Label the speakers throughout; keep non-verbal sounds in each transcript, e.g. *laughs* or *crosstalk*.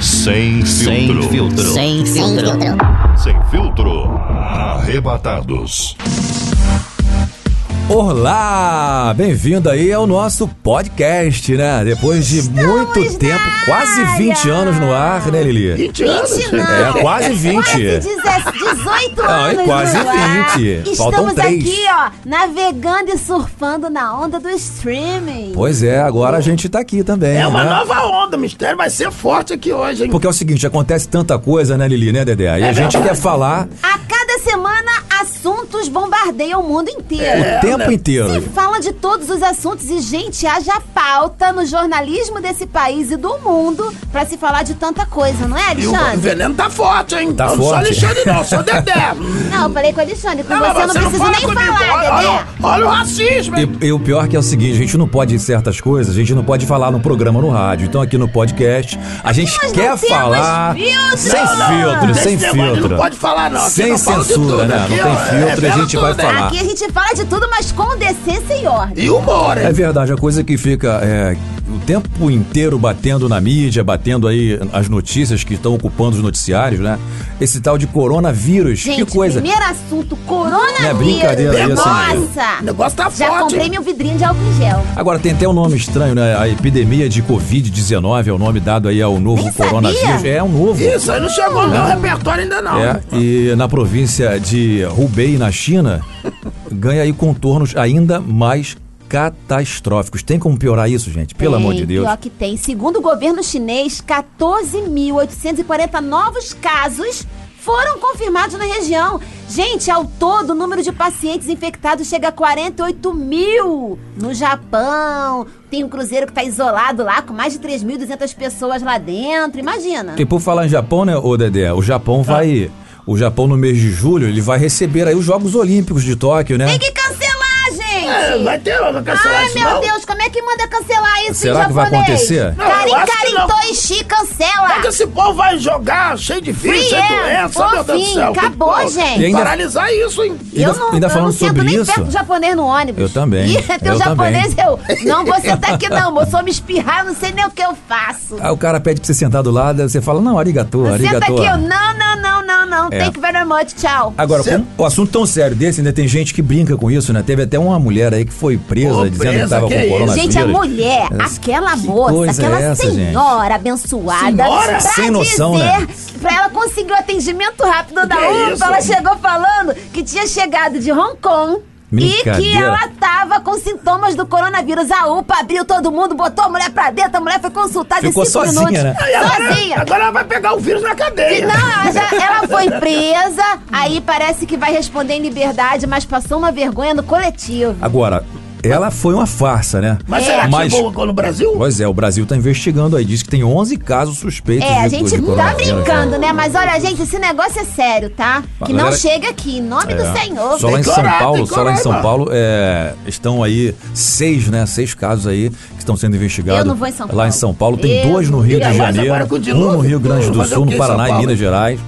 Speaker 1: Sem filtro.
Speaker 2: Sem filtro.
Speaker 3: Sem filtro.
Speaker 1: Sem filtro. Arrebatados.
Speaker 4: Olá! Bem-vindo aí ao nosso podcast, né? Depois de muito
Speaker 3: na
Speaker 4: tempo, quase 20
Speaker 3: área!
Speaker 4: anos no ar, né, Lili?
Speaker 1: 20 anos.
Speaker 3: 20 não.
Speaker 4: É, quase 20.
Speaker 3: Quase 17, 18
Speaker 4: Não, é
Speaker 3: anos.
Speaker 4: quase
Speaker 3: no ar.
Speaker 4: 20.
Speaker 3: Estamos
Speaker 4: Faltam três.
Speaker 3: aqui, ó, navegando e surfando na onda do streaming.
Speaker 4: Pois é, agora a gente tá aqui também.
Speaker 2: É uma
Speaker 4: né?
Speaker 2: nova onda, o mistério vai ser forte aqui hoje, hein?
Speaker 4: Porque é o seguinte, acontece tanta coisa, né, Lili, né, Dedé? E
Speaker 3: É
Speaker 4: a gente quer falar
Speaker 3: A cada semana, assuntos bombardeiam o mundo inteiro.
Speaker 4: o tempo
Speaker 3: Se
Speaker 4: inteiro.
Speaker 3: fala de todos os assuntos e, gente, haja pauta no jornalismo desse país e do mundo pra se falar de tanta coisa, não é,
Speaker 2: E o
Speaker 3: Alexandre?
Speaker 2: veneno tá forte, hein?
Speaker 4: Tá
Speaker 2: não sou
Speaker 4: forte.
Speaker 2: Alexandre, não,
Speaker 4: *laughs*
Speaker 2: sou Dedé.
Speaker 3: Não, eu falei com o Alexandre, com você eu não
Speaker 2: precisa
Speaker 3: preciso nem falar,
Speaker 2: olha,
Speaker 3: Dedé.
Speaker 2: olha, olha o racismo, hein?
Speaker 4: E, e o pior que é o seguinte, a gente não pode certas coisas, a gente não pode falar no programa no rádio. Então aqui no podcast, a gente
Speaker 3: nós não
Speaker 4: quer
Speaker 3: temos
Speaker 4: falar
Speaker 3: filtro.
Speaker 4: sem
Speaker 3: Não, não,
Speaker 4: filtro,
Speaker 2: Esse
Speaker 4: sem
Speaker 2: negócio
Speaker 4: filtro.
Speaker 2: Não pode falar, não. Aqui
Speaker 4: Sem
Speaker 2: eu falo de
Speaker 4: censura,
Speaker 2: tudo.
Speaker 4: né? Não
Speaker 2: Aqui,
Speaker 4: tem
Speaker 2: ó,
Speaker 4: filtro, a
Speaker 2: revela
Speaker 4: gente vai
Speaker 2: tudo, hein?
Speaker 4: falar.
Speaker 3: Aqui a gente fala de tudo, mas com decência e ordem.
Speaker 2: E humor, hein?
Speaker 4: É verdade, a coisa que fica é, o tempo inteiro batendo na mídia, batendo aí as notícias que estão ocupando os noticiários, né? Esse tal de coronavírus,
Speaker 3: Gente,
Speaker 4: que coisa.
Speaker 3: primeiro assunto,
Speaker 4: Não é
Speaker 3: coronavírus.
Speaker 4: brincadeira isso,
Speaker 3: Nossa!
Speaker 2: O negócio tá
Speaker 3: Já
Speaker 2: forte.
Speaker 3: comprei
Speaker 2: hein?
Speaker 3: meu vidrinho de álcool em gel.
Speaker 4: Agora tem até um nome estranho, né? A epidemia de Covid-19 é o nome dado aí ao novo
Speaker 3: Nem sabia.
Speaker 4: coronavírus. É um novo.
Speaker 2: Isso aí não chegou, não. O repertório ainda não.
Speaker 4: É, e na província de Hubei, na China, ganha aí contornos ainda mais catastróficos. Tem como piorar isso, gente? Pelo
Speaker 3: Tem,
Speaker 4: amor de Deus.
Speaker 3: Pior que tem. Segundo o governo chinês, 14.840 novos casos foram confirmados na região. Gente, ao todo, o número de pacientes infectados chega a 48 mil. No Japão, tem um cruzeiro que tá isolado lá, com mais de 3.200 pessoas lá dentro. Imagina.
Speaker 4: E por falar em Japão, né, ô Dedé? O Japão
Speaker 2: Tá.
Speaker 4: vai. O Japão, no mês de julho, ele vai receber aí os Jogos Olímpicos de Tóquio, né?
Speaker 3: Tem que cancelar, gente!
Speaker 2: É, vai ter, vai cancelar
Speaker 3: Ai,
Speaker 2: isso,
Speaker 3: meu
Speaker 2: não.
Speaker 3: Deus, como é que manda cancelar isso em
Speaker 4: Será que vai
Speaker 3: japonês?
Speaker 4: acontecer?
Speaker 2: Não, eu
Speaker 3: Karin
Speaker 2: acho que não.
Speaker 3: Karin
Speaker 2: Como é que
Speaker 3: Toishi cancela!
Speaker 2: esse povo vai jogar cheio de filho,
Speaker 3: Fui
Speaker 2: cheio de
Speaker 3: eu.
Speaker 2: doença,
Speaker 3: Ô,
Speaker 2: meu Deus do
Speaker 3: fim,
Speaker 2: céu? Tem que
Speaker 3: acabou,
Speaker 2: parar-
Speaker 3: gente.
Speaker 4: E ainda-
Speaker 2: Paralisar isso, hein?
Speaker 4: Ainda- ainda
Speaker 3: eu
Speaker 4: falando
Speaker 3: sento
Speaker 4: sobre
Speaker 3: nem
Speaker 4: isso?
Speaker 3: perto do japonês no ônibus.
Speaker 4: Eu também,
Speaker 3: Ih, tem
Speaker 4: eu
Speaker 3: um japonês,
Speaker 4: também.
Speaker 3: eu. Não vou sentar aqui, não, moço. Eu me espirrar, eu não sei nem o que eu faço.
Speaker 4: Aí o cara pede pra você sentar do lado, aí você fala, não, arigatou,
Speaker 3: Senta
Speaker 4: arigatou.
Speaker 3: aqui, eu. Não, não, não, não, não.
Speaker 4: É.
Speaker 3: Thank you very much, tchau.
Speaker 4: Agora,
Speaker 2: Cê-
Speaker 4: com o assunto tão sério desse, ainda tem gente que brinca com isso, né? Teve até uma mulher aí que foi presa,
Speaker 2: Ô,
Speaker 4: dizendo que
Speaker 2: presa,
Speaker 4: tava
Speaker 2: que é
Speaker 4: com
Speaker 2: isso?
Speaker 4: coronavírus.
Speaker 3: Gente, é a mulher,
Speaker 4: Mas
Speaker 3: aquela
Speaker 4: É. que
Speaker 3: moça,
Speaker 4: coisa
Speaker 3: aquela
Speaker 4: é essa, gente?
Speaker 3: senhora abençoada,
Speaker 2: Senhora?
Speaker 3: pra
Speaker 4: Sem noção,
Speaker 3: dizer,
Speaker 4: né? é
Speaker 3: pra ela conseguir o atendimento rápido da
Speaker 2: Que
Speaker 3: UPA,
Speaker 2: isso?
Speaker 3: ela chegou falando que tinha chegado de Hong Kong. E que
Speaker 4: Brincadeira.
Speaker 3: ela tava com sintomas do coronavírus. A UPA abriu todo mundo, botou a mulher pra dentro, a mulher foi consultada
Speaker 4: Ficou
Speaker 3: em cinco
Speaker 4: sozinha,
Speaker 3: minutos.
Speaker 4: né?
Speaker 2: Aí agora,
Speaker 3: Sozinha.
Speaker 2: agora ela tá vai pegar o vírus na cadeia.
Speaker 3: Não, ela, já- ela foi presa, aí parece que vai responder em liberdade, mas passou uma vergonha no coletivo.
Speaker 4: Agora, ela foi uma farsa, né?
Speaker 2: Mas será que
Speaker 4: Mas-
Speaker 2: chegou no Brasil?
Speaker 4: Pois é, o Brasil tá investigando aí, diz que tem 11 casos suspeitos
Speaker 3: É, a
Speaker 4: de- de
Speaker 3: gente tá
Speaker 4: coronavírus, né?
Speaker 3: brincando, né? Mas olha, gente, esse negócio é sério, tá? Que não
Speaker 4: Galera-
Speaker 3: chega aqui, em nome
Speaker 4: É.
Speaker 3: do Senhor.
Speaker 4: Só lá em
Speaker 2: Tem
Speaker 4: São
Speaker 2: coragem,
Speaker 4: Paulo,
Speaker 2: tem
Speaker 4: só lá em São
Speaker 2: coragem.
Speaker 4: Paulo é, estão aí seis, né? Seis casos aí que estão sendo investigados.
Speaker 3: Eu não vou em São
Speaker 4: Lá em
Speaker 3: Paulo.
Speaker 4: São Paulo tem
Speaker 3: Eu
Speaker 4: dois no
Speaker 3: não
Speaker 4: Rio
Speaker 2: ia.
Speaker 4: de
Speaker 2: Mas agora
Speaker 4: Janeiro,
Speaker 2: com o dilúvio,
Speaker 4: um no Rio Grande do
Speaker 2: fazer
Speaker 4: Sul,
Speaker 2: o quê
Speaker 4: no
Speaker 2: em
Speaker 4: Paraná
Speaker 2: São
Speaker 4: e
Speaker 2: Paulo?
Speaker 4: Minas Gerais.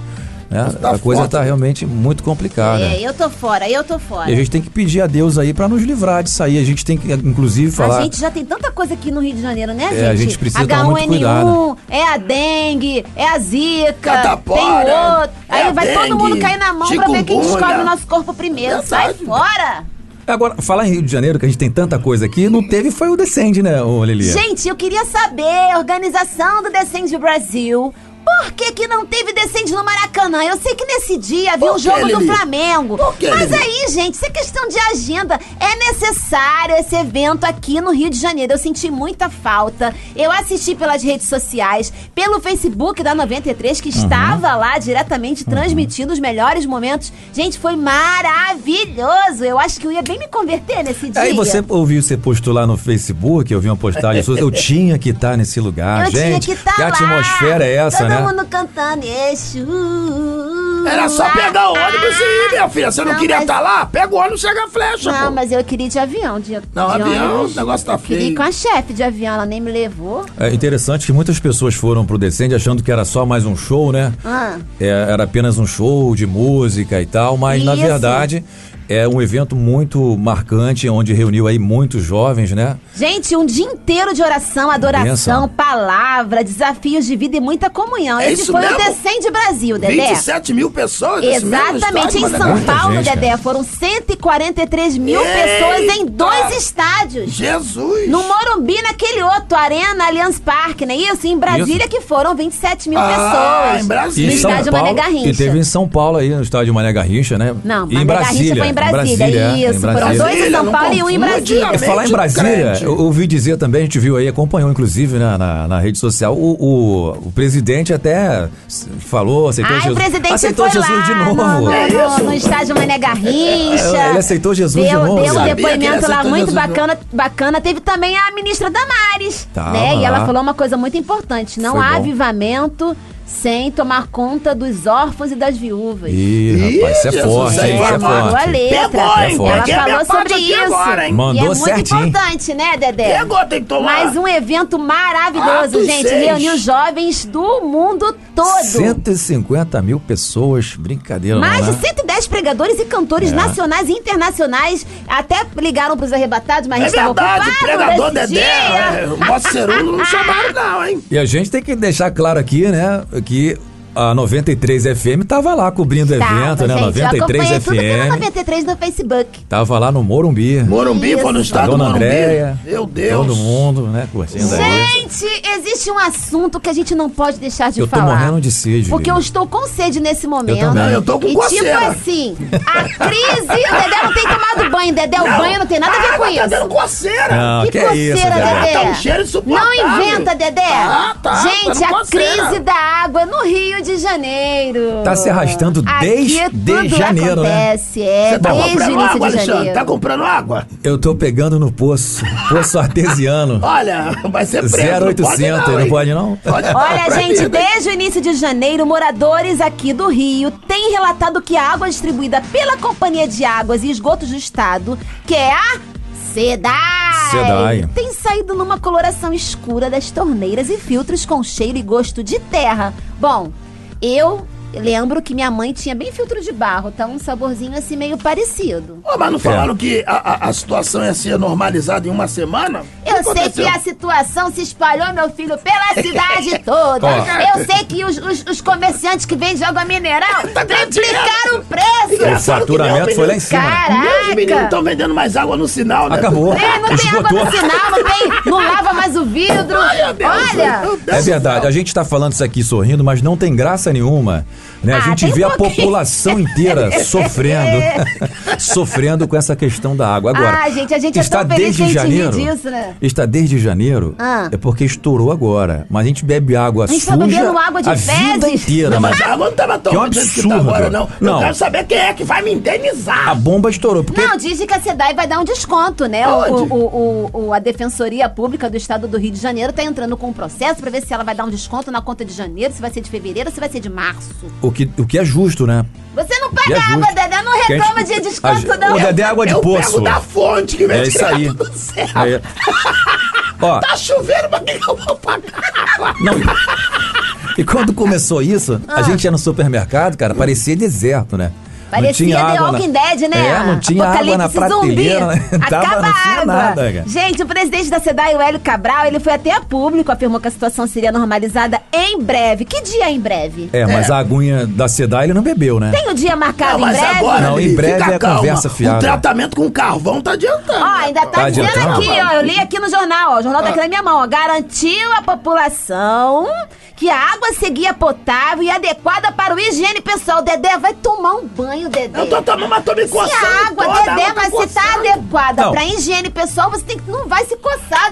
Speaker 4: né?
Speaker 2: tá
Speaker 4: a coisa
Speaker 2: forte.
Speaker 4: tá realmente muito complicada.
Speaker 3: É, eu tô fora, eu tô fora.
Speaker 4: E a gente tem que pedir a Deus aí pra nos livrar disso aí. A gente tem que, inclusive, falar.
Speaker 3: A gente já tem tanta coisa aqui no Rio de Janeiro, né, gente?
Speaker 4: É, a gente precisa tomar muito
Speaker 3: H1N1,
Speaker 4: cuidado.
Speaker 3: é a dengue, é a zika,
Speaker 2: Catapora,
Speaker 3: tem o outro. Aí
Speaker 2: é a
Speaker 3: vai todo mundo
Speaker 2: dengue,
Speaker 3: cair na mão pra ver quem
Speaker 2: chikungunya.
Speaker 3: descobre o nosso corpo primeiro. Sai
Speaker 2: Verdade.
Speaker 3: fora!
Speaker 4: Agora, falar em Rio de Janeiro, que a gente tem tanta coisa aqui, não teve foi o Descende, né, ô Lili?
Speaker 3: Gente, eu queria saber, organização do Descende Brasil, por que que não teve Descende no Maracanã? Eu sei que nesse dia havia
Speaker 2: Por
Speaker 3: um
Speaker 2: que,
Speaker 3: jogo do
Speaker 2: Lili?
Speaker 3: Flamengo.
Speaker 2: Por que,
Speaker 3: Mas
Speaker 2: Lili?
Speaker 3: aí, gente, isso é questão de agenda. É necessário esse evento aqui no Rio de Janeiro. Eu senti muita falta. Eu assisti pelas redes sociais, pelo Facebook da 93, que estava lá diretamente transmitindo os melhores momentos. Gente, foi maravilhoso. Eu acho que eu ia bem me converter nesse dia.
Speaker 4: Aí você ouviu, você postou lá no Facebook, eu vi uma postagem sua, eu tinha que estar nesse lugar,
Speaker 3: Eu
Speaker 4: gente.
Speaker 3: tinha que tá lá.
Speaker 4: atmosfera é essa,
Speaker 3: Todo
Speaker 4: né?
Speaker 3: mundo cantando Exu.
Speaker 2: Era só pegar o ônibus e ir, minha filha. Você não,
Speaker 3: Não,
Speaker 2: queria
Speaker 3: mas-
Speaker 2: estar lá? Pega o ônibus e chega a flecha,
Speaker 3: Não,
Speaker 2: pô.
Speaker 3: mas eu queria ir de avião. De,
Speaker 2: Não,
Speaker 3: de
Speaker 2: avião,
Speaker 3: ônibus.
Speaker 2: o negócio tá
Speaker 3: eu queria ir
Speaker 2: feio.
Speaker 3: com a chefe de avião, ela nem me levou.
Speaker 4: É interessante que muitas pessoas foram pro Descende achando que era só mais um show, né?
Speaker 3: Ah.
Speaker 4: É, era apenas um show de música e tal, mas na
Speaker 3: Isso.
Speaker 4: verdade é um evento muito marcante, onde reuniu aí muitos jovens, né?
Speaker 3: Gente, um dia inteiro de oração, adoração,
Speaker 4: Benção.
Speaker 3: palavra, desafios de vida e muita comunhão.
Speaker 2: É
Speaker 3: Esse
Speaker 2: isso
Speaker 3: foi o
Speaker 2: mesmo?
Speaker 3: Descende Brasil, Dedé.
Speaker 2: 27 mil pessoas nesse mesmo
Speaker 3: Exatamente,
Speaker 2: estádio,
Speaker 3: em
Speaker 2: mas é
Speaker 3: São
Speaker 2: muita
Speaker 3: Paulo,
Speaker 4: gente,
Speaker 3: Dedé, foram 143 mil
Speaker 2: Eita!
Speaker 3: pessoas em dois estádios.
Speaker 2: Jesus!
Speaker 3: No Morumbi, naquele outro, Arena Allianz Parque, não é isso? E em Brasília, que foram 27 mil
Speaker 2: ah,
Speaker 3: pessoas.
Speaker 2: em
Speaker 4: E
Speaker 2: Brasília.
Speaker 3: No estádio Mané Garrincha.
Speaker 4: E teve em São Paulo aí, no estádio Mané Garrincha, né?
Speaker 3: Não,
Speaker 4: E
Speaker 3: Mané
Speaker 4: em Brasília.
Speaker 3: Garrincha foi em Brasília.
Speaker 4: é,
Speaker 3: isso, foram
Speaker 4: Brasília.
Speaker 3: dois em São
Speaker 2: Brasília,
Speaker 3: Paulo e um em
Speaker 2: não confunde,
Speaker 3: Brasília.
Speaker 4: É, falar em Brasília,
Speaker 2: crente.
Speaker 4: eu ouvi dizer também, a gente viu aí, acompanhou inclusive na, na, na rede social, o, o, o presidente até s- falou, aceitou
Speaker 3: Ai, o
Speaker 4: Jesus.
Speaker 3: Ah, presidente
Speaker 4: aceitou
Speaker 3: foi
Speaker 4: Jesus
Speaker 3: lá
Speaker 4: de novo.
Speaker 3: No, no,
Speaker 2: É isso?
Speaker 3: no estádio Mané Garrincha.
Speaker 4: É, ele aceitou Jesus de
Speaker 3: deu,
Speaker 4: novo,
Speaker 3: Deu um
Speaker 4: sabia
Speaker 2: que ele
Speaker 3: depoimento lá
Speaker 2: aceitou
Speaker 3: muito
Speaker 2: Jesus de
Speaker 3: bacana, bacana. Teve também a ministra Damares,
Speaker 4: Tava
Speaker 3: né? E ela
Speaker 4: Tá, lá.
Speaker 3: falou uma coisa muito importante. Não
Speaker 4: Foi
Speaker 3: há
Speaker 4: bom.
Speaker 3: avivamento sem tomar conta dos órfãos e das viúvas.
Speaker 4: Ih, rapaz, isso é
Speaker 2: Jesus,
Speaker 4: forte,
Speaker 2: é
Speaker 4: hein? Isso é
Speaker 3: mandou a
Speaker 4: forte.
Speaker 3: letra.
Speaker 2: Pegou,
Speaker 4: hein?
Speaker 3: Ela
Speaker 4: Peguei
Speaker 2: É a minha
Speaker 3: falou
Speaker 2: parte
Speaker 3: sobre
Speaker 2: aqui
Speaker 3: isso.
Speaker 2: agora, hein?
Speaker 3: E é
Speaker 4: Mandou
Speaker 3: muito
Speaker 4: certinho.
Speaker 3: importante, né, Dedé?
Speaker 2: E agora tem que tomar. Ah,
Speaker 3: Mais um evento maravilhoso,
Speaker 2: Atos
Speaker 3: gente.
Speaker 2: seis.
Speaker 3: Reuniu jovens do mundo todo.
Speaker 4: 150 mil pessoas, brincadeira,
Speaker 3: Mais
Speaker 4: não,
Speaker 3: de
Speaker 4: né?
Speaker 3: 110 pregadores e cantores
Speaker 4: É.
Speaker 3: nacionais e internacionais até ligaram pros arrebatados, mas
Speaker 2: É
Speaker 3: eles estavam
Speaker 2: verdade,
Speaker 3: ocupados
Speaker 2: pregador
Speaker 3: nesse
Speaker 2: Dedé, é,
Speaker 3: dia.
Speaker 2: o nosso Cerulo não chamaram não, hein?
Speaker 4: E a gente tem que deixar claro aqui, né, que a 93 FM tava lá cobrindo o evento,
Speaker 3: Tava,
Speaker 4: né?
Speaker 3: gente, eu
Speaker 4: 93
Speaker 3: acompanhei tudo pela
Speaker 4: FM.
Speaker 3: 93 no Facebook.
Speaker 4: Tava lá no Morumbi.
Speaker 2: Morumbi
Speaker 3: Isso.
Speaker 2: foi no
Speaker 4: a
Speaker 2: estado do
Speaker 4: dona
Speaker 2: Morumbi.
Speaker 4: Andréia.
Speaker 2: Meu Deus.
Speaker 4: Todo mundo, né? Curtindo aí.
Speaker 3: Gente, existe um assunto que a gente não pode deixar de
Speaker 4: Eu tô
Speaker 3: falar.
Speaker 4: morrendo de sede.
Speaker 3: Porque eu
Speaker 4: Lili.
Speaker 3: estou com sede nesse momento.
Speaker 4: Eu também.
Speaker 2: Eu tô com
Speaker 3: E tipo
Speaker 2: coceira.
Speaker 3: assim, a crise... O Dedé não tem tomado banho, Dedé. O banho não tem nada a ver com
Speaker 2: Ah, Tá
Speaker 3: isso.
Speaker 2: dando coceira.
Speaker 4: Não,
Speaker 3: Que
Speaker 4: que, é isso,
Speaker 3: coceira,
Speaker 4: Dedé?
Speaker 3: Dedé.
Speaker 2: Tá um cheiro insuportável.
Speaker 3: Não inventa, Dedé.
Speaker 2: Tá, tá, tá
Speaker 3: Gente,
Speaker 2: numa cena.
Speaker 3: a crise da água no Rio de Janeiro.
Speaker 4: Tá se arrastando desde
Speaker 3: Aqui
Speaker 4: de
Speaker 3: tudo
Speaker 4: janeiro, né?
Speaker 3: acontece, é,
Speaker 2: Você tá
Speaker 3: desde o
Speaker 2: comprando
Speaker 3: início
Speaker 2: água,
Speaker 3: de
Speaker 2: Alexandre?
Speaker 3: janeiro.
Speaker 2: Tá comprando água?
Speaker 4: Eu tô pegando no poço.
Speaker 3: *laughs*
Speaker 4: Poço artesiano.
Speaker 2: Olha, *laughs* vai ser preso. não pode
Speaker 4: 0800, não
Speaker 2: hein?
Speaker 4: pode não?
Speaker 3: *laughs*
Speaker 2: Olha, né?
Speaker 3: Olha, gente,
Speaker 2: proibido, hein?
Speaker 3: desde o início de janeiro, moradores aqui do Rio têm relatado que a água distribuída pela Companhia de Águas e Esgotos do Estado, que é a SEDAI,
Speaker 4: SEDAI.
Speaker 3: tem saído numa coloração escura das torneiras e filtros com cheiro e gosto de terra. Bom, eu lembro que minha mãe tinha bem filtro de barro, tá um saborzinho assim meio parecido.
Speaker 2: Ô,
Speaker 4: É.
Speaker 2: mas não falaram que a, a- a situação ia ser normalizada em uma semana?
Speaker 3: Eu
Speaker 2: O
Speaker 3: sei que
Speaker 2: aconteceu?
Speaker 3: a situação se espalhou, meu filho, pela cidade toda.
Speaker 4: Ó.
Speaker 3: Eu sei que os, os- os comerciantes que vendem água mineral
Speaker 2: Tá ganhando
Speaker 3: triplicaram
Speaker 2: dinheiro.
Speaker 3: o preço.
Speaker 4: O faturamento foi lá em cima.
Speaker 3: Cara.
Speaker 2: Meus meninos estão vendendo mais água no sinal, né?
Speaker 4: Acabou.
Speaker 3: É, não tem água no sinal, não tem, não lava mais o vidro.
Speaker 2: Olha, Deus,
Speaker 3: Olha,
Speaker 2: meu Deus
Speaker 4: É
Speaker 2: do
Speaker 4: verdade,
Speaker 2: céu.
Speaker 4: a gente tá falando isso aqui sorrindo, mas não tem graça nenhuma. Né? A
Speaker 3: Ah,
Speaker 4: gente
Speaker 3: tem um
Speaker 4: vê a
Speaker 3: pouquinho. É.
Speaker 4: população
Speaker 3: *laughs*
Speaker 4: inteira sofrendo, *laughs* sofrendo com essa questão da água. Agora,
Speaker 3: Ah, gente, a gente é
Speaker 4: está
Speaker 3: tão feliz
Speaker 4: desde
Speaker 3: que a gente ri
Speaker 4: janeiro,
Speaker 3: disso, né?
Speaker 4: está desde janeiro,
Speaker 3: Ah.
Speaker 4: é porque estourou agora, mas a gente bebe água
Speaker 3: gente tá
Speaker 4: suja
Speaker 3: bebendo água de
Speaker 4: a vida
Speaker 3: fezes.
Speaker 4: inteira,
Speaker 2: Não,
Speaker 4: né, mas
Speaker 3: *laughs*
Speaker 2: mas a água não tava tão
Speaker 4: Que
Speaker 2: do jeito que tá
Speaker 4: absurdo.
Speaker 2: agora, não.
Speaker 4: Não.
Speaker 2: Eu quero saber quem é que vai me
Speaker 4: a
Speaker 2: indenizar.
Speaker 4: bomba estourou, porque
Speaker 3: Não, dizem que a SEDAI vai dar um desconto, né? O,
Speaker 2: Onde?
Speaker 3: o- o- o- a Defensoria Pública do Estado do Rio de Janeiro tá entrando com um processo pra ver se ela vai dar um desconto na conta de janeiro, se vai ser de fevereiro, se vai ser de março.
Speaker 4: o que, o que é justo, né?
Speaker 3: Você não
Speaker 4: E é
Speaker 3: paga
Speaker 4: justo.
Speaker 3: água, Dedé, não
Speaker 4: Que a
Speaker 3: reclama
Speaker 4: gente-
Speaker 3: de desconto,
Speaker 4: a-
Speaker 3: não.
Speaker 4: O Dedé é água de
Speaker 2: eu
Speaker 4: poço.
Speaker 2: pego da fonte que vem
Speaker 4: É isso aí.
Speaker 2: direto do céu.
Speaker 4: É. Ó,
Speaker 2: Tá chovendo, pra que que eu vou pagar?
Speaker 4: Não. E quando começou isso,
Speaker 3: Ah.
Speaker 4: a gente ia no supermercado, cara, parecia deserto, né?
Speaker 3: Parecia The
Speaker 4: na-
Speaker 3: Walking Dead, né?
Speaker 4: É, não tinha água na
Speaker 3: Apocalipse
Speaker 4: prateleira.
Speaker 3: zumbi.
Speaker 4: né? *laughs* Tava,
Speaker 3: Acaba
Speaker 4: não
Speaker 3: a
Speaker 4: tinha
Speaker 3: água.
Speaker 4: nada, cara.
Speaker 3: Gente, o presidente da SEDAI, o Hélio Cabral, ele foi até a público, afirmou que a situação seria normalizada em breve. Que dia em breve?
Speaker 4: É, mas a aguinha da Sedai ele não bebeu, né?
Speaker 3: Tem o dia marcado
Speaker 2: Não,
Speaker 3: em
Speaker 2: mas
Speaker 3: breve?
Speaker 2: agora,
Speaker 4: Não, em
Speaker 2: Lili,
Speaker 4: breve
Speaker 2: fica
Speaker 4: é
Speaker 2: calma.
Speaker 4: conversa fiada.
Speaker 2: O tratamento com carvão tá adiantando.
Speaker 3: Ó, ainda tá,
Speaker 4: Tá
Speaker 3: dizendo
Speaker 4: adiantando?
Speaker 3: aqui, ó. Eu li aqui no jornal, ó. O jornal tá aqui na minha mão, ó. Garantiu à população que a água seguia potável e adequada para o higiene pessoal. Dedé, vai tomar um banho, Dedé.
Speaker 2: Eu tô tomando, mas tô me
Speaker 3: Se
Speaker 2: coçando.
Speaker 3: a água,
Speaker 2: toda,
Speaker 3: Dedé,
Speaker 2: a água tá
Speaker 3: mas se tá
Speaker 2: coçando.
Speaker 3: adequada
Speaker 4: Não.
Speaker 3: pra higiene pessoal, você tem que, não vai se coçar,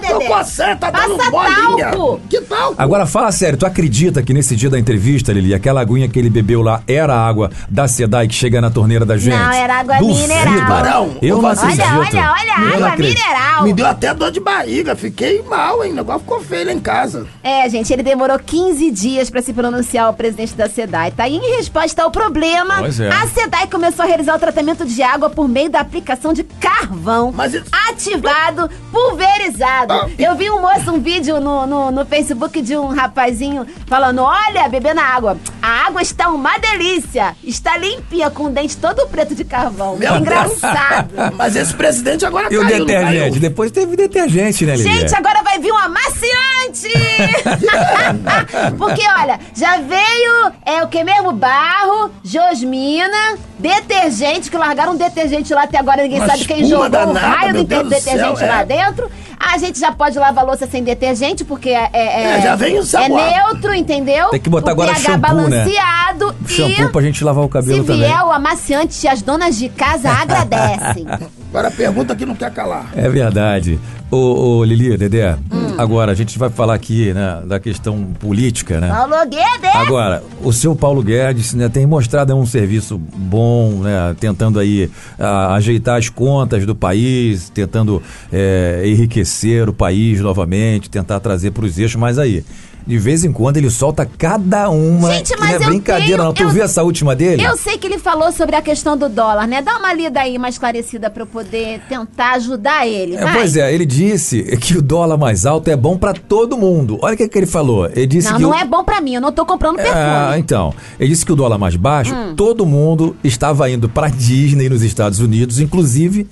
Speaker 2: Tô
Speaker 3: Dedé.
Speaker 2: coçando, tá dando
Speaker 3: Passa
Speaker 2: bolinha.
Speaker 3: talco.
Speaker 2: Que talco?
Speaker 4: Agora fala sério, tu acredita que nesse dia da entrevista, Lili, aquela aguinha que ele bebeu lá era a água da Sedai que chega na torneira da gente?
Speaker 3: era água
Speaker 4: Duvido.
Speaker 3: mineral.
Speaker 2: Barão,
Speaker 4: Eu não
Speaker 2: olha,
Speaker 4: acredito.
Speaker 3: olha, olha, olha a
Speaker 4: Eu não
Speaker 3: água
Speaker 4: acredito.
Speaker 3: mineral.
Speaker 2: Me deu até dor de barriga, fiquei mal, hein? O negócio ficou feio lá em casa.
Speaker 3: É, gente, ele demorou 15 dias pra se pronunciar o presidente da SEDAI, tá? E em resposta ao problema,
Speaker 4: Pois é.
Speaker 3: a SEDAI Taí começou a realizar o tratamento de água por meio da aplicação de carvão
Speaker 2: Mas isso-
Speaker 3: ativado, pulverizado.
Speaker 2: Ah.
Speaker 3: Eu vi um moço, um vídeo no, no, no Facebook de um rapazinho falando: olha, bebendo água. A água está uma delícia. Está limpinha, com o dente todo preto de carvão.
Speaker 2: Meu Deus.
Speaker 3: Engraçado.
Speaker 2: *laughs* Mas esse presidente agora
Speaker 4: E o né?
Speaker 2: caiu, não
Speaker 4: detergente?
Speaker 2: caiu?
Speaker 4: Depois teve detergente, né, Lili?
Speaker 3: Gente, agora vai vir um amaciante! *laughs* Porque, olha, já veio é o que mesmo? Barro, josmina, detergente, que largaram um detergente lá até agora, ninguém
Speaker 2: Uma
Speaker 3: sabe quem
Speaker 2: espuma
Speaker 3: jogou o
Speaker 2: danada,
Speaker 3: raio do
Speaker 2: meu Deus do
Speaker 3: detergente
Speaker 2: céu,
Speaker 3: lá
Speaker 2: é.
Speaker 3: dentro. A gente já pode lavar a louça sem detergente, porque é, é,
Speaker 2: É, já vem
Speaker 3: é
Speaker 2: ensaboado.
Speaker 3: neutro, entendeu?
Speaker 4: Tem que botar
Speaker 3: O
Speaker 4: agora
Speaker 3: pH
Speaker 4: shampoo, né?
Speaker 3: balanceado
Speaker 4: Shampoo pra
Speaker 3: e...
Speaker 4: gente lavar o
Speaker 3: Se
Speaker 4: cabelo também.
Speaker 3: vier o amaciante, as donas de casa agradecem.
Speaker 2: Agora a pergunta que não quer calar.
Speaker 4: É verdade. Ô, ô Lili, Dedé,
Speaker 3: Hum.
Speaker 4: agora a gente vai falar aqui, né, da questão política, né?
Speaker 3: Paulo Guedes!
Speaker 4: Agora, o seu Paulo Guedes né, tem mostrado um serviço bom, né, tentando aí ah, ajeitar as contas do país, tentando eh, enriquecer o país novamente, tentar trazer para os eixos, mas aí, de vez em quando ele solta cada uma.
Speaker 3: Gente,
Speaker 4: que
Speaker 3: mas
Speaker 4: não é
Speaker 3: eu
Speaker 4: brincadeira,
Speaker 3: tenho-
Speaker 4: não. Tu
Speaker 3: eu-
Speaker 4: viu essa última dele?
Speaker 3: Eu sei que ele falou sobre a questão do dólar, né? Dá uma lida aí mais esclarecida pra eu poder tentar ajudar ele.
Speaker 4: É,
Speaker 3: vai.
Speaker 4: pois é, ele disse que o dólar mais alto é bom para todo mundo. Olha o que, que ele falou. Ele disse
Speaker 3: Não,
Speaker 4: que
Speaker 3: não
Speaker 4: o-
Speaker 3: é bom pra mim, eu não tô comprando perfume. Hum.
Speaker 4: Ah, então. Ele disse que o dólar mais baixo, todo mundo estava indo pra Disney nos Estados Unidos, inclusive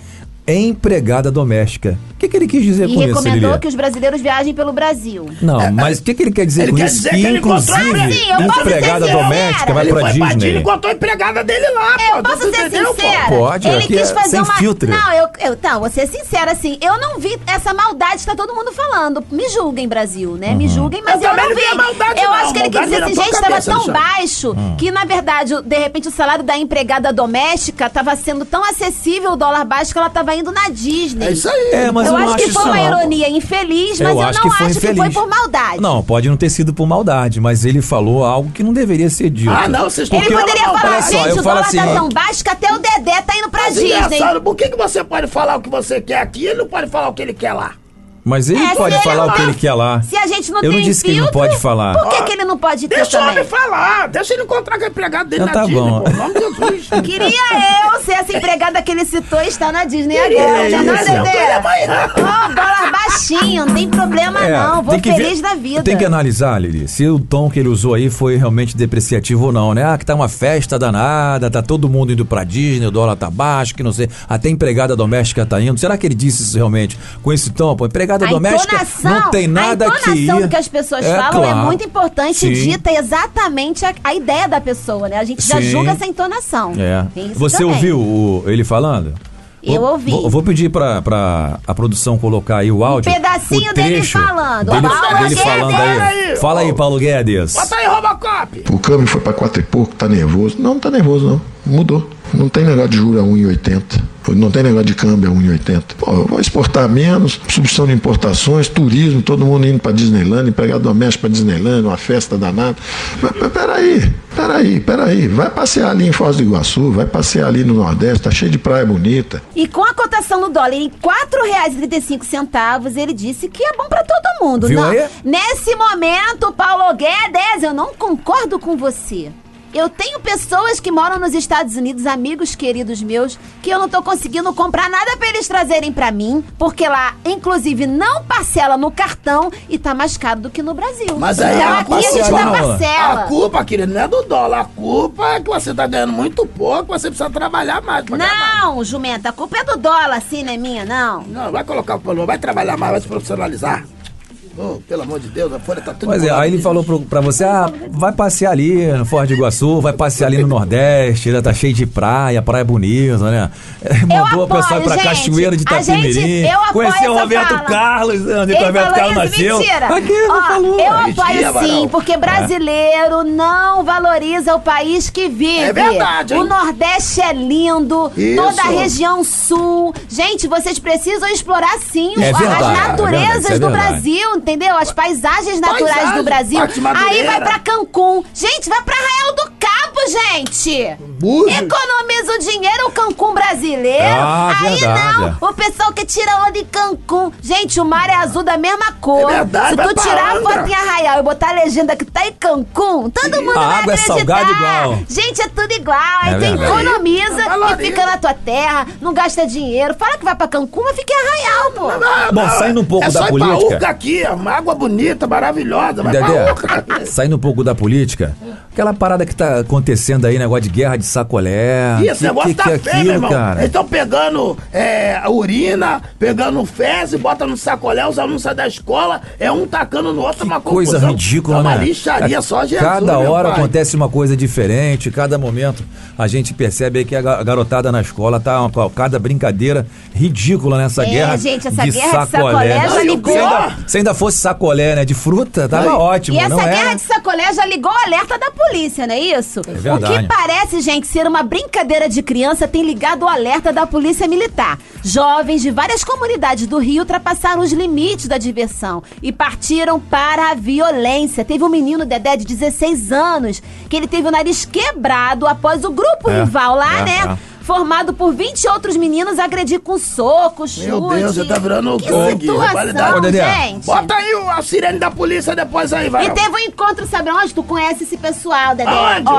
Speaker 4: empregada doméstica. O que, que ele quis dizer
Speaker 3: e
Speaker 4: com isso,
Speaker 3: recomendou
Speaker 4: Lilian?
Speaker 3: que os brasileiros viajem pelo Brasil.
Speaker 4: Não, mas o que, que ele quer dizer
Speaker 2: Ele
Speaker 4: com
Speaker 2: quer
Speaker 4: isso?
Speaker 2: dizer que ele
Speaker 4: inclusive,
Speaker 2: encontrou- Ah,
Speaker 3: sim, eu posso ser
Speaker 4: empregada
Speaker 3: sincera.
Speaker 4: doméstica vai
Speaker 2: ele
Speaker 4: pra
Speaker 2: foi pra Disney e
Speaker 4: Disney.
Speaker 2: botou a empregada dele lá,
Speaker 3: Eu
Speaker 2: pô. Tu
Speaker 3: posso ser
Speaker 2: entendeu, pô?
Speaker 3: sincera?
Speaker 4: Pode,
Speaker 3: ele
Speaker 4: aqui
Speaker 3: quis
Speaker 4: é
Speaker 3: fazer
Speaker 4: sem
Speaker 3: uma.
Speaker 4: filtro.
Speaker 3: Não, eu, eu. Não, vou ser sincera, assim. Eu não vi essa maldade que tá todo mundo falando. Me julguem, Brasil, né?
Speaker 4: Uhum.
Speaker 3: Me julguem, mas
Speaker 2: Eu
Speaker 3: eu,
Speaker 2: também
Speaker 3: não
Speaker 2: não vi a maldade,
Speaker 3: eu
Speaker 2: não.
Speaker 3: acho que ele quis
Speaker 2: Maldade
Speaker 3: dizer
Speaker 2: era
Speaker 3: assim,
Speaker 2: tua
Speaker 3: gente, tava
Speaker 2: cabeça,
Speaker 3: tão
Speaker 2: Alexandre.
Speaker 3: baixo
Speaker 4: Hum.
Speaker 3: que, na verdade, o- de repente, o salário da empregada doméstica tava sendo tão acessível o dólar baixo que ela tava indo na Disney.
Speaker 2: É isso aí.
Speaker 4: É, mas
Speaker 3: eu
Speaker 4: eu não
Speaker 3: acho que
Speaker 4: acho
Speaker 3: foi
Speaker 4: isso,
Speaker 3: uma
Speaker 4: não.
Speaker 3: ironia infeliz, mas eu, não acho que foi, por maldade.
Speaker 4: Não, pode não ter sido por maldade, mas ele falou algo que não deveria ser dito.
Speaker 2: Ah, não, vocês estão
Speaker 3: Ele poderia falar,
Speaker 4: olha só, eu
Speaker 3: gente, o
Speaker 4: falo
Speaker 3: dólar tá
Speaker 4: assim,
Speaker 3: tão baixo que até o Dedé tá indo pra
Speaker 2: Mas é
Speaker 3: Disney.
Speaker 2: engraçado, por que, que você pode falar o que você quer aqui e ele não pode falar o que ele quer lá?
Speaker 4: Mas ele
Speaker 3: É,
Speaker 4: pode
Speaker 3: se
Speaker 4: falar
Speaker 3: ele
Speaker 4: o que
Speaker 3: não-
Speaker 4: ele quer lá.
Speaker 3: Se a gente não
Speaker 4: Eu
Speaker 3: tem
Speaker 4: não disse que ele não
Speaker 3: filtro,
Speaker 4: pode falar.
Speaker 3: Por que, que ele não pode ter
Speaker 2: Deixa o
Speaker 3: também?
Speaker 2: homem falar, deixa ele encontrar com a empregada dele
Speaker 4: Então
Speaker 2: na
Speaker 4: tá
Speaker 2: Disney,
Speaker 4: bom.
Speaker 2: pô. Em nome de
Speaker 3: *laughs*
Speaker 2: Jesus. é
Speaker 3: Queria eu ser essa empregada que ele citou e estar na Disney agora,
Speaker 2: Queria
Speaker 3: né, não,
Speaker 2: isso. Então,
Speaker 3: Dedé?
Speaker 2: amanhã.
Speaker 3: Ó, dólar baixinho, não tem problema
Speaker 4: É,
Speaker 3: Ah, não. Vou
Speaker 4: que
Speaker 3: feliz
Speaker 4: ver-
Speaker 3: da vida.
Speaker 4: Tem que analisar, Lili, se o tom que ele usou aí foi realmente depreciativo ou não, né? Ah, que tá uma festa danada, tá todo mundo indo pra Disney, o dólar tá baixo, que não sei. Até empregada doméstica tá indo. Será que ele disse isso realmente com esse tom? Pô, empregada
Speaker 3: A
Speaker 4: doméstica
Speaker 3: entonação,
Speaker 4: não tem nada
Speaker 3: a
Speaker 4: que ir.
Speaker 3: entonação do que as pessoas falam é
Speaker 4: claro.
Speaker 3: muito importante
Speaker 4: Sim.
Speaker 3: e dita exatamente a, a ideia da pessoa, né? A gente já
Speaker 4: Sim.
Speaker 3: julga essa entonação.
Speaker 4: É.
Speaker 3: Tem isso
Speaker 4: Você
Speaker 3: também.
Speaker 4: ouviu o- ele falando?
Speaker 3: Eu
Speaker 4: Vou-
Speaker 3: ouvi. Um
Speaker 4: Vou, vou pedir pra, pra a produção colocar aí o áudio.
Speaker 3: pedacinho
Speaker 4: o
Speaker 3: dele
Speaker 4: trecho
Speaker 3: falando.
Speaker 4: Dele,
Speaker 3: Paulo
Speaker 4: dele
Speaker 3: Guedes,
Speaker 4: falando
Speaker 2: olha
Speaker 4: aí.
Speaker 2: aí.
Speaker 4: Fala aí, Paulo Guedes.
Speaker 2: Bota aí, Robocop.
Speaker 5: O câmbio foi para quatro e pouco, tá nervoso? Não, não tá nervoso não. Mudou. Não tem negócio de juro a 1,80. Não tem negócio de câmbio a 1,80. Pô, eu vou exportar menos, substituição de importações, turismo, todo mundo indo para Disneyland, empregado doméstico para Disneyland, uma festa danada. Mas, mas peraí, peraí, peraí. Vai passear ali em Foz do Iguaçu, vai passear ali no Nordeste, tá cheio de praia bonita.
Speaker 3: E com a cotação no dólar em R$ 4,35, ele disse que é bom pra todo mundo.
Speaker 4: Viu
Speaker 3: não,
Speaker 4: aí?
Speaker 3: nesse momento, Paulo Guedes, eu não concordo com você. Eu tenho pessoas que moram nos Estados Unidos, amigos queridos meus, que eu não tô conseguindo comprar nada pra eles trazerem pra mim, porque lá, inclusive, não parcela no cartão e tá mais caro do que no Brasil.
Speaker 2: Mas aí
Speaker 4: é
Speaker 3: então,
Speaker 2: ela
Speaker 3: aqui a gente dá
Speaker 4: parcela.
Speaker 3: parcela.
Speaker 2: A culpa, querido, não é do dólar. A culpa é que você tá ganhando muito pouco, você precisa trabalhar mais. pra ganhar mais.
Speaker 3: Não, jumenta, a culpa é do dólar, assim, não é minha, não.
Speaker 2: Não, vai colocar o valor, vai trabalhar mais, vai se profissionalizar. Ô, pelo amor de Deus, a folha tá tudo...
Speaker 4: Pois é, aí ele falou pro, pra você, ah, vai passear ali no Forte de Iguaçu, vai passear ali no Nordeste, ainda tá cheio de praia, praia bonita, né? É, Mandou a
Speaker 3: apoio,
Speaker 4: pessoa ir pra
Speaker 3: gente.
Speaker 4: Cachoeira de
Speaker 3: A gente-
Speaker 4: Itapemirim,
Speaker 3: eu apoio
Speaker 4: conhecer o
Speaker 3: essa
Speaker 4: Roberto
Speaker 3: fala.
Speaker 4: Carlos, né, onde que o
Speaker 3: Ele
Speaker 4: Roberto
Speaker 3: falou
Speaker 4: Carlos
Speaker 3: isso,
Speaker 4: nasceu.
Speaker 3: mentira.
Speaker 4: Aqui, ele
Speaker 3: Ó,
Speaker 4: é falou.
Speaker 3: Eu
Speaker 2: Mentira,
Speaker 3: apoio sim,
Speaker 2: Amaral.
Speaker 3: porque brasileiro não valoriza o país que vive.
Speaker 2: É verdade, hein?
Speaker 3: O Nordeste é lindo,
Speaker 2: Isso.
Speaker 3: toda a região sul. Gente, vocês precisam explorar sim
Speaker 4: É
Speaker 3: as
Speaker 4: verdade, é
Speaker 3: naturezas
Speaker 4: verdade, isso é
Speaker 3: do
Speaker 4: verdade.
Speaker 3: Brasil, entendeu? As paisagens naturais
Speaker 2: Paisagem,
Speaker 3: do Brasil.
Speaker 2: Parque de Madureira.
Speaker 3: Aí vai pra Cancún. Gente, vai pra Arraial do Cabo, gente!
Speaker 2: Búzios?
Speaker 3: Economiza o dinheiro, o Cancún brasileiro.
Speaker 4: Ah,
Speaker 3: Aí
Speaker 4: verdade.
Speaker 3: não, o pessoal que tira onda em Cancún. Gente, o mar é azul da mesma cor.
Speaker 2: É verdade,
Speaker 3: Se
Speaker 2: vai
Speaker 3: tu
Speaker 2: pra
Speaker 3: tirar a
Speaker 2: Angra.
Speaker 3: foto em Arraial e botar a legenda que tá em Cancún, todo mundo
Speaker 4: A
Speaker 3: vai
Speaker 4: água é
Speaker 3: acreditar.
Speaker 4: salgada igual.
Speaker 3: Gente, é tudo igual. Aí
Speaker 4: É
Speaker 3: tu
Speaker 4: verdade.
Speaker 3: economiza
Speaker 2: Valoriza.
Speaker 3: e fica na tua terra, não gasta dinheiro. Fala que vai pra Cancún, mas fica em Arraial, pô.
Speaker 4: Bom, saindo um pouco
Speaker 2: é
Speaker 4: da
Speaker 2: só ir pra
Speaker 4: política.
Speaker 2: Urca aqui, é uma água bonita, maravilhosa. Vai pra Urca.
Speaker 4: Dedé, saindo um pouco da política, aquela parada que tá acontecendo aí, negócio de guerra de sacolé.
Speaker 2: Ih, esse negócio tá feio, meu irmão. Eles
Speaker 4: é cara?
Speaker 2: estão pegando é, a urina, pegando fezes, bota no sacolé, os alunos saem da escola, é um tacando no outro, uma
Speaker 4: Coisa
Speaker 2: confusão.
Speaker 4: ridícula,
Speaker 2: é uma
Speaker 4: né?
Speaker 2: lixaria só, Jesus,
Speaker 4: Cada
Speaker 2: meu
Speaker 4: hora
Speaker 2: pai.
Speaker 4: acontece uma coisa diferente, cada momento a gente percebe aí que a ga- garotada na escola tá uma- com cada brincadeira ridícula nessa
Speaker 3: É,
Speaker 4: guerra.
Speaker 3: gente, essa
Speaker 4: de né?
Speaker 3: guerra de sacolé já
Speaker 4: Não, e o
Speaker 2: ligou.
Speaker 4: Se ainda, se ainda fosse sacolé, né? De fruta, tava
Speaker 2: Não, e-
Speaker 4: ótimo,
Speaker 3: E essa
Speaker 4: não é?
Speaker 3: guerra de sacolé já ligou o alerta da polícia, não é isso?
Speaker 4: verdade.
Speaker 3: O que parece, gente, ser uma brincadeira de criança tem ligado o alerta da polícia militar. Jovens de várias comunidades do Rio ultrapassaram os limites da diversão e partiram para a violência. Teve um menino, Dedé, de 16 anos, que ele teve o nariz quebrado após o grupo
Speaker 4: É,
Speaker 3: rival lá,
Speaker 4: é,
Speaker 3: né?
Speaker 4: é.
Speaker 3: Formado por 20 outros meninos, agredir com soco, chute.
Speaker 2: Meu Deus, você tá virando
Speaker 3: que
Speaker 2: gangue, rivalidade.
Speaker 3: situação,
Speaker 4: Ô, Dedé,
Speaker 3: gente.
Speaker 2: Bota aí o- a sirene da polícia depois aí, vai.
Speaker 3: E teve um encontro, sabe onde? Tu conhece esse pessoal, Dedé?
Speaker 2: Aonde?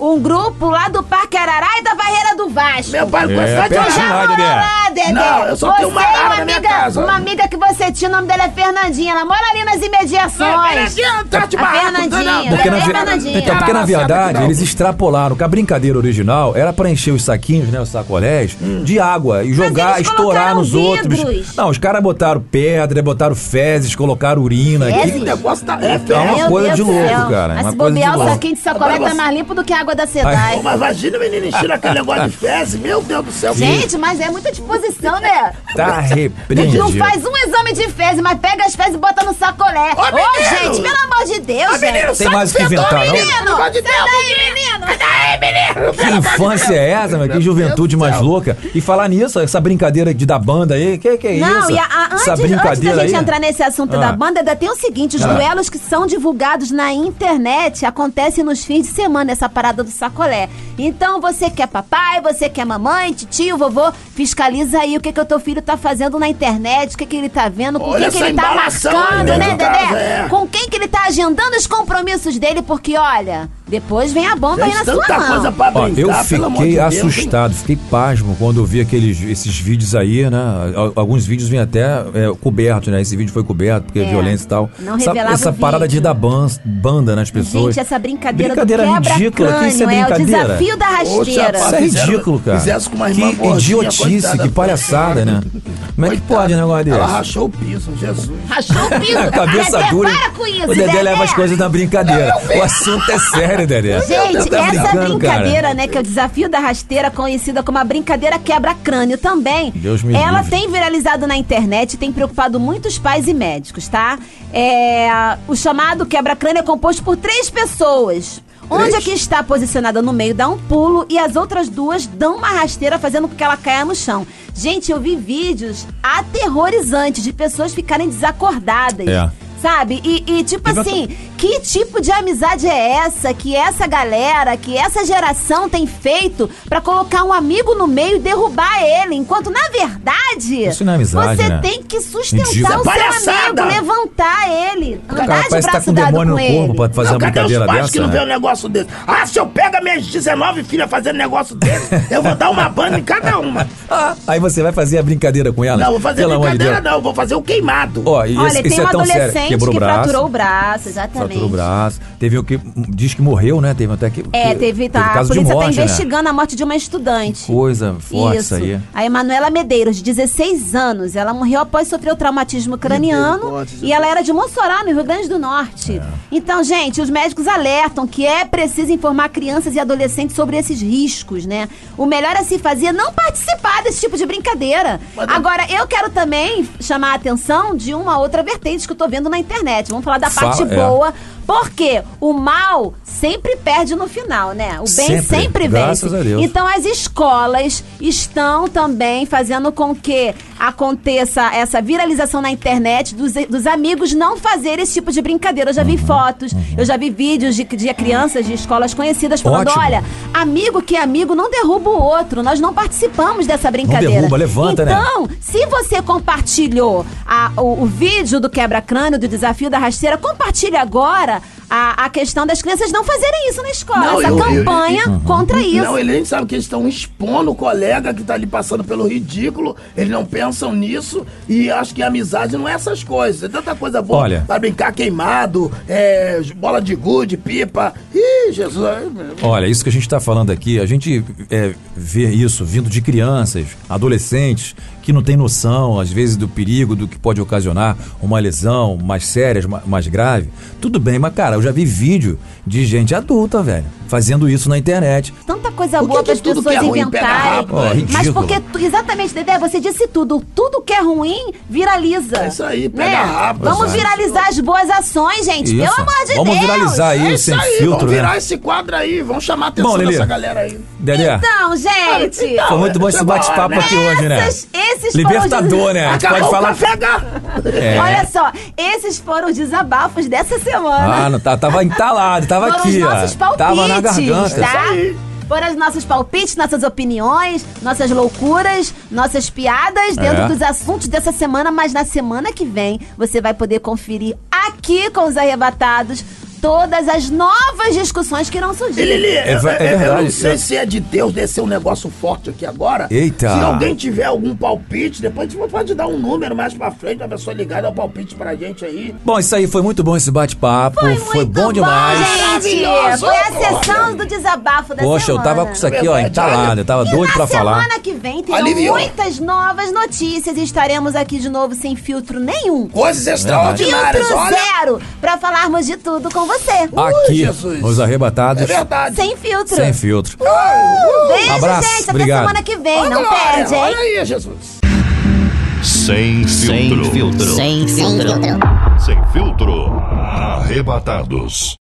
Speaker 3: Ó, um grupo lá do Parque Arará e da Barreira do Vasco.
Speaker 2: Meu pai não
Speaker 4: É,
Speaker 2: conhece nada de
Speaker 4: perto
Speaker 3: Já
Speaker 4: de
Speaker 2: olhar.
Speaker 4: lá.
Speaker 3: morou
Speaker 4: Dedé.
Speaker 3: lá, Dedé.
Speaker 2: Não, eu só
Speaker 3: Você
Speaker 2: tenho uma
Speaker 3: e
Speaker 2: arara
Speaker 3: uma
Speaker 2: na minha
Speaker 3: amiga,
Speaker 2: casa.
Speaker 3: uma amiga que você tinha, o nome dela é Fernandinha. Ela mora ali nas
Speaker 2: Não,
Speaker 3: imediações.
Speaker 2: Fernandinha, tá de
Speaker 3: A
Speaker 2: barraco,
Speaker 3: Fernandinha.
Speaker 2: tá na-
Speaker 4: Porque na,
Speaker 3: É,
Speaker 4: ve-
Speaker 3: Fernandinha.
Speaker 4: então, porque na verdade eles extrapolaram que a brincadeira original era pra encher os saquinhos, né, os sacolés, de água e jogar,
Speaker 3: Hum. eles
Speaker 4: estourar
Speaker 3: colocaram
Speaker 4: nos
Speaker 3: vidros.
Speaker 4: outros. Não, os caras botaram pedra, botaram fezes, colocaram urina.
Speaker 3: Fezes?
Speaker 2: Esse
Speaker 4: Que-
Speaker 2: negócio tá. É,
Speaker 4: É uma
Speaker 2: feio.
Speaker 3: Meu
Speaker 4: coisa
Speaker 3: Deus
Speaker 4: de
Speaker 3: do
Speaker 4: louco,
Speaker 3: céu.
Speaker 4: cara, é
Speaker 3: Mas
Speaker 4: uma
Speaker 3: se
Speaker 4: coisa de
Speaker 3: bobear, o
Speaker 4: louco.
Speaker 3: saquinho de sacolé
Speaker 2: Agora
Speaker 3: tá
Speaker 2: você-
Speaker 3: mais limpo do que a água da
Speaker 2: Pô,
Speaker 3: Sedai.
Speaker 2: Mas imagina o menino enchendo aquele negócio de fezes. Meu Deus do céu.
Speaker 3: Gente, mas é muita disposição, né?
Speaker 4: Tá repreendido.
Speaker 3: Não faz um exame de fezes, mas pega as fezes e bota no sacolé. Ô,
Speaker 2: Ô, menino!
Speaker 3: gente, pelo amor de Deus,
Speaker 2: Ah,
Speaker 3: gente.
Speaker 2: menino,
Speaker 4: Tem
Speaker 2: sai
Speaker 4: mais o
Speaker 2: do
Speaker 4: que
Speaker 2: setor,
Speaker 4: inventar, não?
Speaker 2: Menino,
Speaker 3: Menino,
Speaker 2: Pelo amor de
Speaker 3: sai
Speaker 2: Deus,
Speaker 3: daí, menino.
Speaker 2: Sai daí, menino!
Speaker 4: Que infância é essa, meu? Que juventude mais louca. E falar nisso, essa brincadeira de da banda aí, que que é
Speaker 3: Não,
Speaker 4: isso?
Speaker 3: e a, a- antes,
Speaker 4: essa
Speaker 3: antes da
Speaker 4: brincadeira
Speaker 3: gente
Speaker 4: aí.
Speaker 3: entrar nesse assunto
Speaker 4: Ah.
Speaker 3: da banda, ainda tem o seguinte: os
Speaker 4: Ah.
Speaker 3: duelos que são divulgados na internet acontecem nos fins de semana, essa parada do sacolé. Então, você que é papai, você que é mamãe, tio, vovô, fiscaliza aí o que, que o teu filho tá fazendo na internet, o que, que ele tá vendo, com
Speaker 2: Olha
Speaker 3: quem que
Speaker 2: essa
Speaker 3: ele tá
Speaker 2: embalação
Speaker 3: marcando,
Speaker 2: aí
Speaker 3: né,
Speaker 2: dentro
Speaker 3: Dedé?
Speaker 2: da casa, é.
Speaker 3: Com quem que ele tá agendando os compromissos dele, porque olha, depois vem a bomba aí
Speaker 2: Tem
Speaker 3: na sua
Speaker 2: tanta
Speaker 3: mão.
Speaker 2: coisa pra
Speaker 4: Ó,
Speaker 2: brincar,
Speaker 4: eu
Speaker 2: pelo amor de
Speaker 4: fiquei
Speaker 2: Deus, hein?
Speaker 4: assustado, fiquei pasmo quando eu vi aqueles, esses vídeos aí, né? Al- Alguns vídeos vêm até é, coberto, né? Esse vídeo foi coberto, porque é,
Speaker 3: É,
Speaker 4: violência e tal.
Speaker 3: não
Speaker 4: essa
Speaker 3: revelava
Speaker 4: essa
Speaker 3: o
Speaker 4: parada de
Speaker 3: vídeo.
Speaker 4: dar ban- banda nas pessoas.
Speaker 3: Gente, essa brincadeira,
Speaker 4: brincadeira
Speaker 3: do
Speaker 4: ridícula, que
Speaker 3: quebra-crânio,
Speaker 4: isso é
Speaker 3: é, o
Speaker 4: brincadeira.
Speaker 3: desafio da rasteira.
Speaker 2: Ô,
Speaker 4: Isso
Speaker 2: Thiago,
Speaker 4: é
Speaker 2: Fizeram-
Speaker 4: ridículo, cara.
Speaker 2: fizesse com uma irmã
Speaker 4: que
Speaker 2: gordinha,
Speaker 4: idiotice,
Speaker 2: coitada.
Speaker 4: que palhaçada, né? Como é que pode um negócio desse?
Speaker 2: Ela rachou o piso, Jesus.
Speaker 3: Rachou o piso.
Speaker 4: A cabeça
Speaker 3: Dedé,
Speaker 4: dura.
Speaker 3: Para com isso,
Speaker 4: o Dedé, leva as coisas na brincadeira. O assunto é sério, Dedé.
Speaker 3: Gente,
Speaker 4: Tá
Speaker 3: essa
Speaker 4: brincando, cara.
Speaker 3: brincadeira, né, que é o desafio da rasteira, conhecida como a brincadeira quebra-crânio também,
Speaker 4: Deus me
Speaker 3: ela
Speaker 4: livre.
Speaker 3: tem viralizado na internet e tem preocupado muitos pais e médicos, tá? É, o chamado quebra-crânio é composto por três pessoas. Onde a que está posicionada no meio dá um pulo e as outras duas dão uma rasteira fazendo com que ela caia no chão. Gente, eu vi vídeos aterrorizantes de pessoas ficarem desacordadas.
Speaker 4: É.
Speaker 3: Sabe? E, e, tipo
Speaker 4: E
Speaker 3: assim, que tipo de amizade é essa que essa galera, que essa geração tem feito pra colocar um amigo no meio e derrubar ele? Enquanto, na verdade,
Speaker 4: Isso não é amizade,
Speaker 3: você
Speaker 4: né?
Speaker 3: tem que sustentar
Speaker 4: Ridículo.
Speaker 3: o seu
Speaker 2: Palhaçada!
Speaker 3: amigo, levantar ele.
Speaker 4: O
Speaker 3: andar
Speaker 4: cara
Speaker 3: de
Speaker 4: parece que tá
Speaker 3: braço
Speaker 4: com um
Speaker 3: dado
Speaker 4: demônio
Speaker 3: com
Speaker 4: no corpo
Speaker 3: ele.
Speaker 4: pra fazer uma
Speaker 2: cadê os
Speaker 4: brincadeira
Speaker 2: pais que
Speaker 4: dessa.
Speaker 2: não vê um
Speaker 4: né?
Speaker 2: negócio desse? Ah, se eu pego as minhas 19 filhas fazendo negócio
Speaker 4: *laughs*
Speaker 2: desse, eu vou dar uma banda em cada uma.
Speaker 4: Ah, aí você vai fazer a brincadeira com ela?
Speaker 2: Não, vou fazer
Speaker 4: Pelo amor de
Speaker 2: brincadeira,
Speaker 4: Deus.
Speaker 2: não. Vou fazer o queimado.
Speaker 4: Ó, e
Speaker 3: Olha,
Speaker 4: esse,
Speaker 3: tem
Speaker 4: esse
Speaker 3: um
Speaker 4: é tão
Speaker 3: adolescente
Speaker 4: sério. Quebrou
Speaker 3: que
Speaker 4: o braço.
Speaker 3: fraturou o braço, exatamente.
Speaker 4: Fraturou o braço. Teve o que diz que morreu, né? Teve até que.
Speaker 3: É,
Speaker 4: que-
Speaker 3: teve, tá, a
Speaker 4: caso de
Speaker 3: polícia tá
Speaker 4: morte, né?
Speaker 3: investigando a morte de uma estudante.
Speaker 4: Coisa forte isso aí.
Speaker 3: A Emanuela Medeiros, de 16 anos, ela morreu após sofrer o traumatismo craniano
Speaker 2: Misericórdia,
Speaker 3: e ela era de Mossoró, no Rio Grande do
Speaker 4: É.
Speaker 3: Norte. Então, gente, os médicos alertam que é preciso informar crianças e adolescentes sobre esses riscos, né? O melhor a se fazer é não participar desse tipo de brincadeira.
Speaker 2: Mas-
Speaker 3: Agora, eu quero também chamar a atenção de uma outra vertente que eu tô vendo na internet. Vamos falar da
Speaker 4: Fala,
Speaker 3: parte
Speaker 4: é.
Speaker 3: boa Porque o mal sempre perde no final, né? O bem sempre,
Speaker 4: Sempre.
Speaker 3: vence.
Speaker 4: Graças a Deus.
Speaker 3: Então as escolas estão também fazendo com que aconteça essa viralização na internet dos, dos amigos não fazerem esse tipo de brincadeira. Eu já
Speaker 4: Uhum.
Speaker 3: vi fotos, eu já vi vídeos de, de crianças de escolas conhecidas falando:
Speaker 4: Ótimo.
Speaker 3: olha, amigo que é amigo não derruba o outro, nós não participamos dessa brincadeira.
Speaker 4: derruba, levanta, né?
Speaker 3: então, então, se você compartilhou a- o, o vídeo do quebra-crânio, do desafio da rasteira, compartilhe agora a, a questão das crianças não fazerem isso na escola.
Speaker 2: Não,
Speaker 3: essa
Speaker 2: eu- eu-
Speaker 3: campanha contra isso.
Speaker 2: Não, ele nem sabe que eles estão expondo o colega que tá ali passando pelo ridículo. Eles não pensam nisso e acho que a amizade não é essas coisas. É tanta coisa boa
Speaker 4: Olha.
Speaker 2: pra brincar queimado, é, bola de gude, pipa. Ih, Jesus. é
Speaker 4: Olha, isso que a gente está falando aqui, a gente é, vê isso vindo de crianças, adolescentes, que não tem noção, às vezes, do perigo, do que pode ocasionar uma lesão mais séria, ma- mais grave. Tudo bem, mas, cara, eu já vi vídeo de gente adulta, velho, fazendo isso na internet.
Speaker 3: Tanta coisa
Speaker 2: Por que
Speaker 3: boa
Speaker 2: que
Speaker 3: para as
Speaker 2: tudo que é
Speaker 3: pessoas
Speaker 2: ruim pega é
Speaker 3: inventarem.
Speaker 2: rápido?
Speaker 4: Ó,
Speaker 3: Mas
Speaker 4: ridículo.
Speaker 3: porque, tu- exatamente, Dedé, você disse tudo. Tudo que é ruim viraliza. Né?
Speaker 2: É isso aí, pega rápido.
Speaker 3: Vamos
Speaker 2: Exato.
Speaker 3: viralizar as boas ações, gente.
Speaker 4: Isso.
Speaker 3: Pelo amor de
Speaker 4: Vamos
Speaker 3: Deus.
Speaker 4: viralizar aí,
Speaker 2: É
Speaker 4: sem filtro,
Speaker 2: vamos virar
Speaker 4: né?
Speaker 2: esse quadro aí, vamos chamar a atenção
Speaker 4: Bom, Lelê.
Speaker 2: dessa galera aí.
Speaker 4: Dedé,
Speaker 3: Então, gente.
Speaker 2: Então,
Speaker 4: foi muito bom esse
Speaker 2: chegou a hora,
Speaker 4: bate-papo
Speaker 2: né?
Speaker 4: aqui hoje, né?
Speaker 3: Essas- esses foram
Speaker 4: Libertador,
Speaker 3: os-
Speaker 4: né? A gente
Speaker 2: Acabou
Speaker 4: pode
Speaker 2: o
Speaker 4: falar.
Speaker 2: café, Gá.
Speaker 4: É.
Speaker 3: Olha só, esses foram os desabafos dessa semana.
Speaker 4: Ah, não, tá- tava entalado, tava
Speaker 3: foram
Speaker 4: aqui,
Speaker 3: os
Speaker 4: ó.
Speaker 3: nossos palpites,
Speaker 4: Tava na garganta.
Speaker 3: tá? Foram os nossos palpites, nossas opiniões, nossas loucuras, nossas piadas dentro
Speaker 4: É.
Speaker 3: dos assuntos dessa semana, mas na semana que vem você vai poder conferir aqui com os arrebatados todas as novas discussões que irão
Speaker 2: E Lili,
Speaker 3: surgir.
Speaker 4: É
Speaker 2: eu-
Speaker 4: ver- é
Speaker 2: eu- eu não
Speaker 4: verdade,
Speaker 2: sei
Speaker 4: eu-
Speaker 2: se é de Deus descer um negócio forte aqui agora.
Speaker 4: Eita.
Speaker 2: Se alguém tiver algum palpite, depois a gente pode dar um número mais pra frente, a pessoa ligar e dar o palpite pra gente aí.
Speaker 4: Bom, isso aí foi muito bom esse bate-papo. Foi,
Speaker 3: muito
Speaker 4: bom demais.
Speaker 3: Gente,
Speaker 2: Maravilhoso,
Speaker 3: foi a
Speaker 2: porra.
Speaker 3: sessão do desabafo da
Speaker 4: Poxa, eu
Speaker 3: semana.
Speaker 4: tava com isso aqui, ó,
Speaker 2: Verdade,
Speaker 4: entalado.
Speaker 2: olha.
Speaker 4: Eu tava
Speaker 3: E
Speaker 4: doido
Speaker 3: na
Speaker 4: pra falar.
Speaker 3: semana que vem terão
Speaker 2: Aliviou.
Speaker 3: muitas novas notícias e estaremos aqui de novo sem filtro nenhum.
Speaker 2: Coisas extraordinárias,
Speaker 3: Filtro
Speaker 2: olha.
Speaker 3: zero pra falarmos de tudo com você.
Speaker 4: Aqui,
Speaker 2: Jesus.
Speaker 4: os arrebatados.
Speaker 2: É verdade.
Speaker 3: Sem filtro.
Speaker 4: Sem filtro.
Speaker 3: Beijo,
Speaker 4: Abraço,
Speaker 3: gente. Até
Speaker 4: obrigado.
Speaker 3: semana que vem.
Speaker 2: Ô,
Speaker 3: não
Speaker 2: glória,
Speaker 3: perde, hein?
Speaker 2: Olha aí, Jesus.
Speaker 1: Sem filtro.
Speaker 6: Sem filtro.
Speaker 1: Sem filtro. Arrebatados.